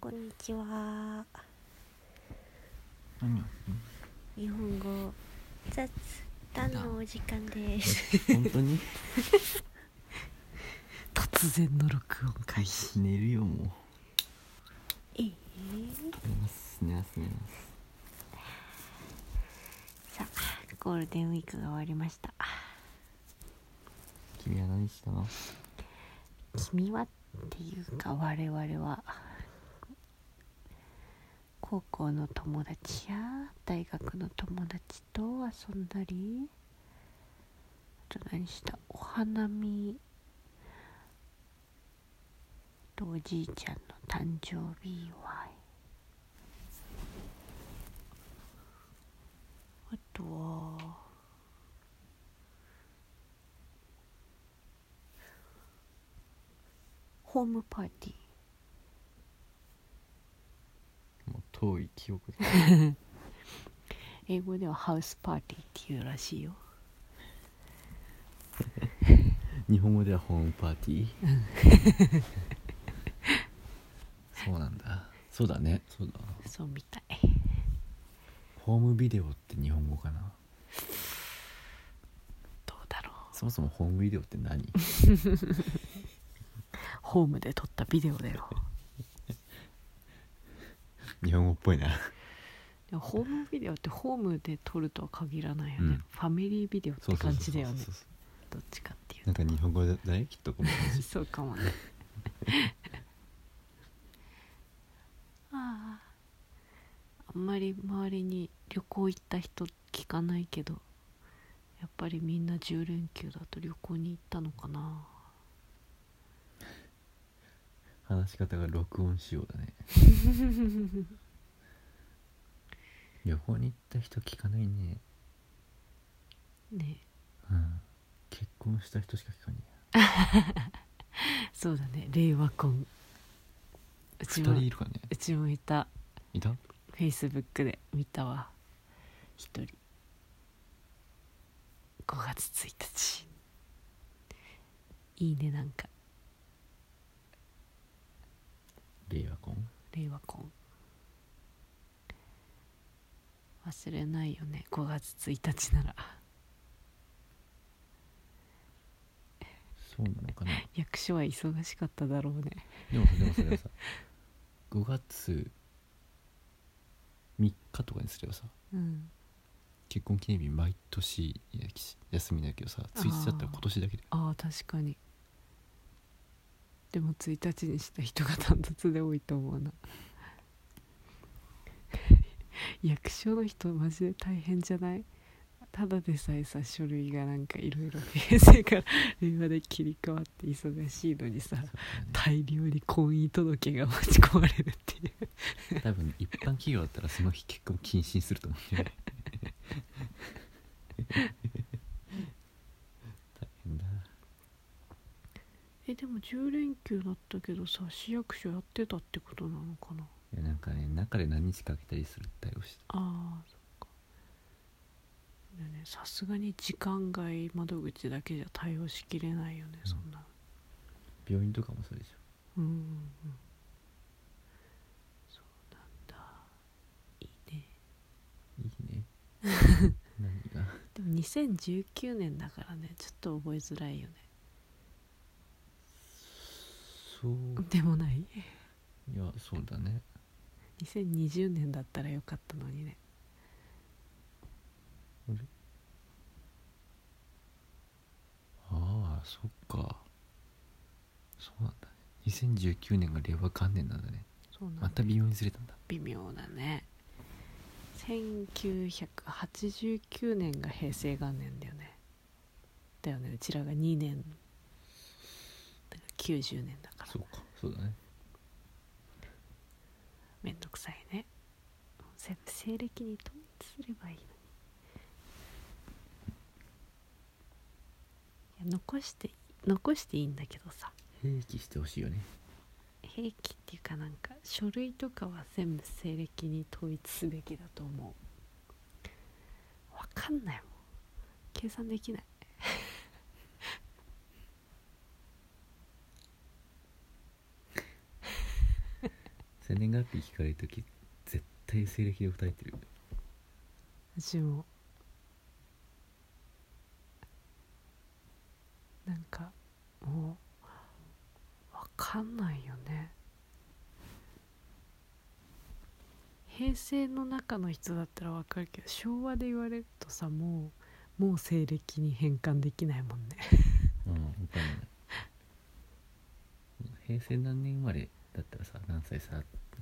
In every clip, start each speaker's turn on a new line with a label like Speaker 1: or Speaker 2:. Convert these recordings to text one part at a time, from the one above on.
Speaker 1: こんにちは。
Speaker 2: 何
Speaker 1: 日本語雑談のお時間です。
Speaker 2: 本当に
Speaker 3: 突然の録音開始
Speaker 2: 寝るよもう
Speaker 1: えー、
Speaker 2: 寝ます寝ます寝ま
Speaker 3: さあゴールデンウィークが終わりました
Speaker 2: す君は何したの
Speaker 3: 君はっていうか我々は高校の友達や大学の友達と遊んだりあと何したお花見あとおじいちゃんの誕生日祝いあとはホームパーティー
Speaker 2: もう遠い記憶で
Speaker 3: 英語ではハウスパーティーっていうらしいよ
Speaker 2: 日本語ではホームパーティー そうなんだそうだねそうだ
Speaker 3: そうみたい
Speaker 2: ホームビデオって日本語かな
Speaker 3: どうだろう
Speaker 2: そもそもホームビデオって 何
Speaker 3: ホームで撮ったビデオだ よ
Speaker 2: 日本語っぽいな
Speaker 3: でもホームビデオってホームで撮るとは限らないよね、
Speaker 2: うん
Speaker 3: ファミリービデオっ
Speaker 2: そ
Speaker 3: て
Speaker 2: うそう
Speaker 3: 感
Speaker 2: そう
Speaker 3: じだ
Speaker 2: そう
Speaker 3: よね
Speaker 2: そうそう
Speaker 3: どっちかっていう
Speaker 2: なんか日本語だねきっとこの感
Speaker 3: と
Speaker 2: じ
Speaker 3: そうかもねあああんまり周りに旅行行った人聞かないけどやっぱりみんな10連休だと旅行に行ったのかな
Speaker 2: 話し方が録音仕様 だね旅行に行った人聞かないね
Speaker 3: ね
Speaker 2: うん結婚した人しか聞かない
Speaker 3: そうだね令和婚うち
Speaker 2: 二
Speaker 3: も
Speaker 2: 人いるかね
Speaker 3: うちもいた
Speaker 2: いた
Speaker 3: フェイスブックで見たわ一人5月1日いいねなんか
Speaker 2: 令和婚
Speaker 3: 令和婚忘れないよね5月1日なら
Speaker 2: そうなの かな
Speaker 3: 役所は忙しかっただろうね
Speaker 2: でもさでもさでもさ5月3日とかにすればさ
Speaker 3: うん
Speaker 2: 結婚記念日毎年やき休みだけどさ
Speaker 3: あー
Speaker 2: つい日だったら今年だけで
Speaker 3: ああ確かにでも1日にした人が単独で多いと思うな 役所の人マジで大変じゃないただでさえさ書類がなんかいろい ろ平成から令和で切り替わって忙しいのにさ大量に婚姻届が持ち込まれるっていう
Speaker 2: 多分一般企業だったらその日結婚禁止にすると思うんだよね大変だ
Speaker 3: えでも10連休だったけどさ市役所やってたってことなのかない
Speaker 2: やなんかね中で何日かけたりする対応して
Speaker 3: ああそっかだよねさすがに時間外窓口だけじゃ対応しきれないよね、
Speaker 2: うん
Speaker 3: そんな
Speaker 2: 病院とかもそうでしょ
Speaker 3: うんうんうんそうなんだい
Speaker 2: いい
Speaker 3: いね
Speaker 2: ね何が
Speaker 3: でも2019年だからねちょっと覚えづらいよね
Speaker 2: そう
Speaker 3: でもない
Speaker 2: いやそうだね
Speaker 3: 2020年だったらよかったのにね
Speaker 2: あれああそっかそうなんだね2019年が令和元年なんだね
Speaker 3: そうなんだ
Speaker 2: また微妙にずれたんだ
Speaker 3: 微妙だね1989年が平成元年だよねだよねうちらが2年だから90年だから
Speaker 2: そうかそうだね
Speaker 3: めんどくさいね全部西暦に統一すればいいのにいや残して残していいんだけどさ
Speaker 2: 併記してほしいよね
Speaker 3: 平気っていうかなんか書類とかは全部西暦に統一すべきだと思うわかんないもん計算できない
Speaker 2: 西生年月日聞かれる時絶対西暦で答えてる
Speaker 3: 私もなんかもうわかんないよね平成の中の人だったらわかるけど昭和で言われるとさもうもう西暦に変換できないもんね
Speaker 2: うんわかんない平成何年生まれだったらさ何歳さ、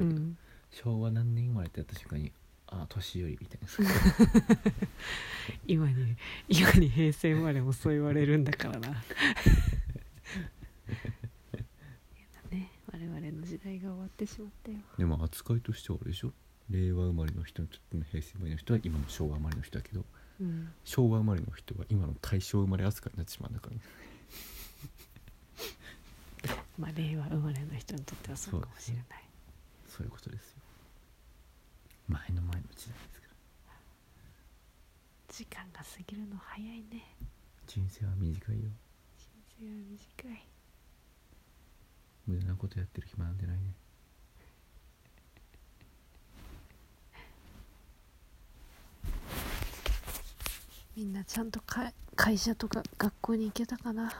Speaker 3: うん
Speaker 2: 昭和何年生まれってやった瞬間にああ年寄りみたいなさ
Speaker 3: 今に今に平成生まれもそう言われるんだからなやだ ね我々の時代が終わってしまったよ
Speaker 2: でも扱いとしてはあれでしょ令和生まれの人にとっての平成生まれの人は今の昭和生まれの人だけど
Speaker 3: うん
Speaker 2: 昭和生まれの人は今の大正生まれ扱いになってしまうんだからね
Speaker 3: まあ、令和生まれの人にとってはそうかもしれない、
Speaker 2: そういうことですよ前の前の時代ですから
Speaker 3: 時間が過ぎるの早いね
Speaker 2: 人生は短いよ
Speaker 3: 人生は短い
Speaker 2: 無駄なことやってる暇なんてないね
Speaker 3: みんなちゃんとか会社とか学校に行けたかな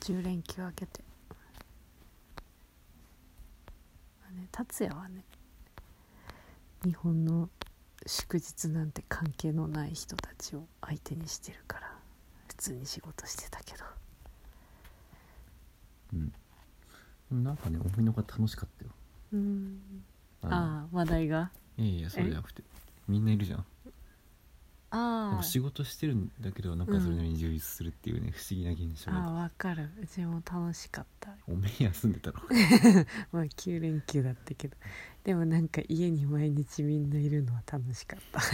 Speaker 3: 10連休明けて、まあね、達也はね日本の祝日なんて関係のない人たちを相手にしてるから普通に仕事してたけど
Speaker 2: うんでもなんかね思いのほか楽しかったよ
Speaker 3: うん
Speaker 2: の
Speaker 3: ああ話題が
Speaker 2: いやいやそうじゃなくてみんないるじゃんで
Speaker 3: あ
Speaker 2: も
Speaker 3: あ
Speaker 2: 仕事してるんだけどなんかそれなりに充実するっていうね、不思議な現象
Speaker 3: ああわかるうちも楽しかった
Speaker 2: おめえ休んでたろ
Speaker 3: まあ9連休だったけどでもなんか家に毎日みんないるのは楽しかった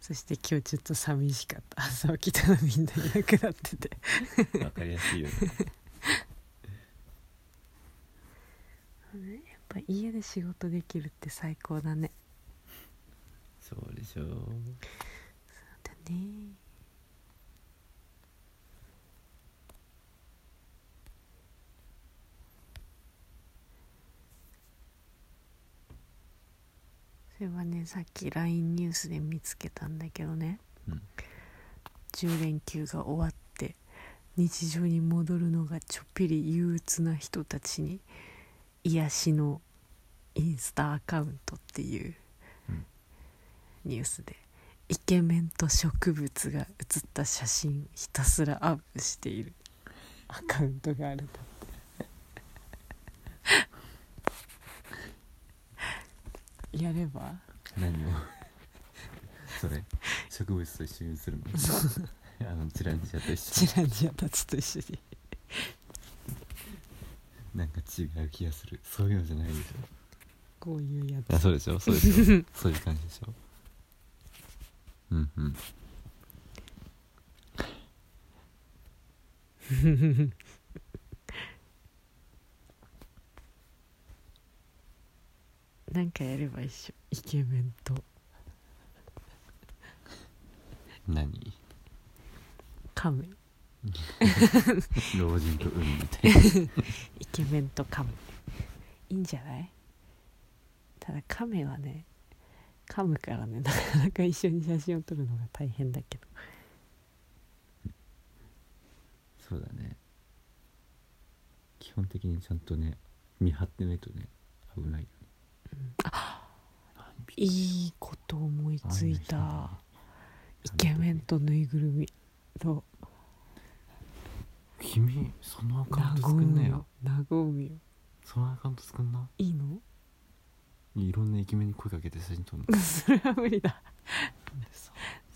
Speaker 3: そして今日ちょっと寂しかった朝起きたらみんないなくなってて
Speaker 2: わかりやすいよね
Speaker 3: やっぱ家で仕事できるって最高だね
Speaker 2: そうでしょう
Speaker 3: だねそれはねさっき LINE ニュースで見つけたんだけどね、
Speaker 2: うん
Speaker 3: 10連休が終わって日常に戻るのがちょっぴり憂鬱な人たちに癒しのインスタアカウントっていう
Speaker 2: うん
Speaker 3: ニュースでイケメンと植物が写った写真ひたすらアップしているアカウントがあると やれば
Speaker 2: 何を それ植物と一緒に映るの あのチランチラと一緒
Speaker 3: チ
Speaker 2: に
Speaker 3: ラニアたちと一緒に
Speaker 2: なんか違う気がするそういうのじゃないでし
Speaker 3: こういうや
Speaker 2: ょあ
Speaker 3: つ
Speaker 2: そうでしょそうでしょ そういう感じでしょうんうん
Speaker 3: なんかやれば一緒イケメンと
Speaker 2: 何
Speaker 3: カメ
Speaker 2: 老人と海みたいな
Speaker 3: イケメンとカメいいんじゃないただカメはね噛むからねなかなか一緒に写真を撮るのが大変だけど
Speaker 2: そうだね基本的にちゃんとね見張ってないとね危ないよねあ
Speaker 3: いいこと思いついたイケメンとぬいぐるみと
Speaker 2: 君そのアカウント
Speaker 3: 和
Speaker 2: 作んな
Speaker 3: む
Speaker 2: よ
Speaker 3: よ和むよ
Speaker 2: そのアカウント作んない
Speaker 3: いの
Speaker 2: いろんなイケメンに声かけて写真撮るの
Speaker 3: それは無理だ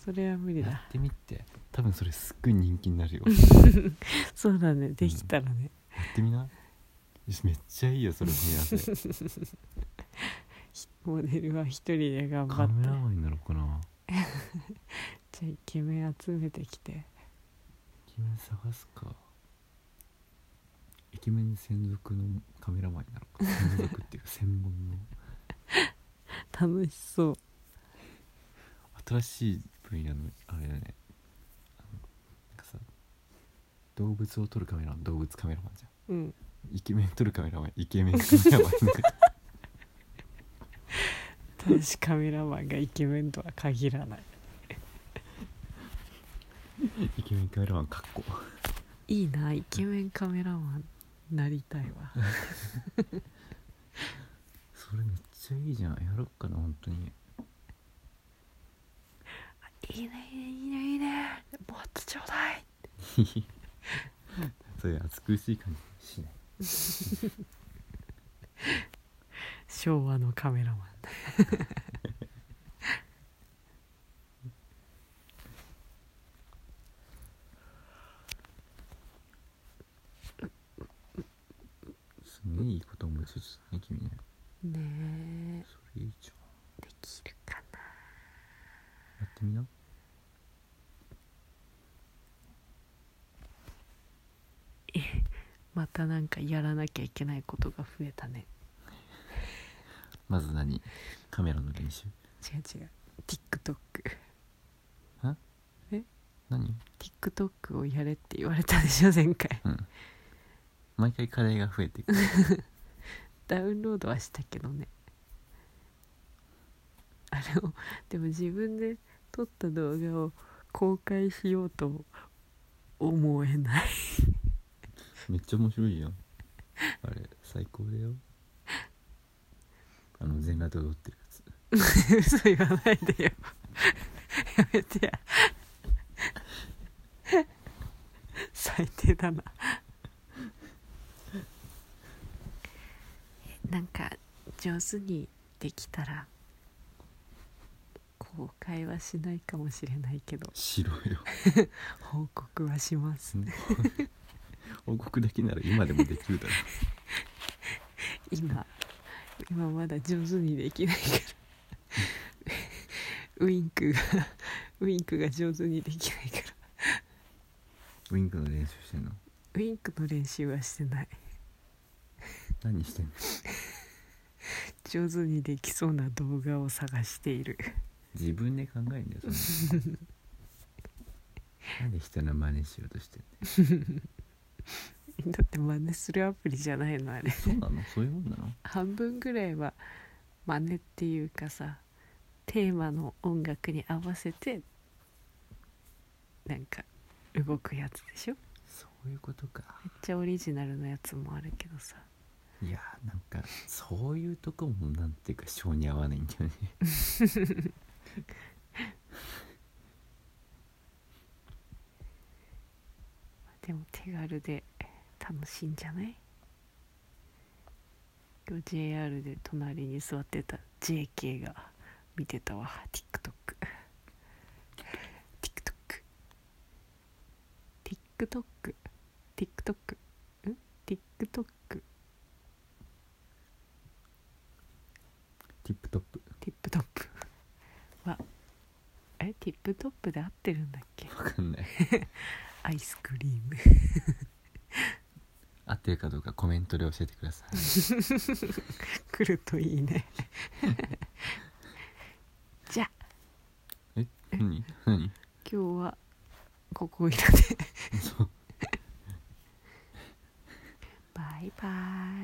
Speaker 3: それは無理
Speaker 2: や
Speaker 3: だ
Speaker 2: ってみて多分それすっごい人気になるよや
Speaker 3: そうだねできたらね
Speaker 2: ってみなよしめっちゃいいよそれ組み合わ せ
Speaker 3: モデルは一人で頑張
Speaker 2: カ
Speaker 3: って
Speaker 2: メ
Speaker 3: じ
Speaker 2: ラ
Speaker 3: ゃ
Speaker 2: マンになろうかな
Speaker 3: あイケメン集めてきて
Speaker 2: イケメン探すかイケメン専属のカメラマンになろ うか専属っていうか専門の
Speaker 3: 楽しそう
Speaker 2: 新しい分野のあれだねあのなんかさ動物を撮るカメラマン動物カメラマンじゃ
Speaker 3: うん
Speaker 2: んイケメン撮るカメラマンイケメンカメラマン
Speaker 3: 男子カメラマンがイケメンとは限らない
Speaker 2: イケメンカメラマンかっこ
Speaker 3: いいなイケメンカメラマンなりたいわ
Speaker 2: それめっちゃいいじゃんやろっかな本当に
Speaker 3: いいねいいねいいねいいねもっとちょうだい
Speaker 2: そういう暑苦しい感じしない
Speaker 3: 昭和のカメラマンだ
Speaker 2: すげえいいこと思いつつね君ね
Speaker 3: ね
Speaker 2: それいいじゃん
Speaker 3: えできるかな
Speaker 2: やってみな
Speaker 3: またなんかやらなきゃいけないことが増えたね
Speaker 2: まず何カメラの練習
Speaker 3: 違う違う TikTok
Speaker 2: 何
Speaker 3: TikTok をやれって言われたでしょ前回
Speaker 2: うん毎回課題が増えていく
Speaker 3: ダウンロードはしたけどねあれをでも自分で撮った動画を公開しようと思えない
Speaker 2: めっちゃ面白いやんあれ最高だよあの全裸で踊ってるやつ
Speaker 3: 嘘言わないでよ やめてや 最低だな なんか上手にできたら公開はしないかもしれないけど
Speaker 2: しろよ
Speaker 3: 報告はしますね
Speaker 2: 報告できなら今でもできるだろ
Speaker 3: 今今まだ上手にできないから ウインクがウインクが上手にできないから
Speaker 2: ウインクの練習してんの
Speaker 3: ウインクの練習はしてない
Speaker 2: 何してんの
Speaker 3: 上手にできそうな動画を探している
Speaker 2: 自分で考えんだよそんななんで人の真似しようとしてん
Speaker 3: だって真似するアプリじゃないのあれ
Speaker 2: のそうなのそういうもんなの
Speaker 3: 半分ぐらいは真似っていうかさテーマの音楽に合わせてなんか動くやつでしょめ
Speaker 2: そういうことか
Speaker 3: っちゃオリジナルのやつもあるけどさ
Speaker 2: いやーなんかそういうとこもなんていうか性に合わないんだよね
Speaker 3: でも手軽で楽しいんじゃない今日 JR で隣に座ってた JK が見てたわ TikTokTikTokTikTok ん TikTok
Speaker 2: ティップトップ
Speaker 3: ティップトップはえティップトップで合ってるんだっけ
Speaker 2: わかんない
Speaker 3: アイスクリーム
Speaker 2: 合ってるかどうかコメントで教えてください
Speaker 3: 来るといいねじゃあ
Speaker 2: え何何
Speaker 3: 今日はここいらで
Speaker 2: そう
Speaker 3: バイバイ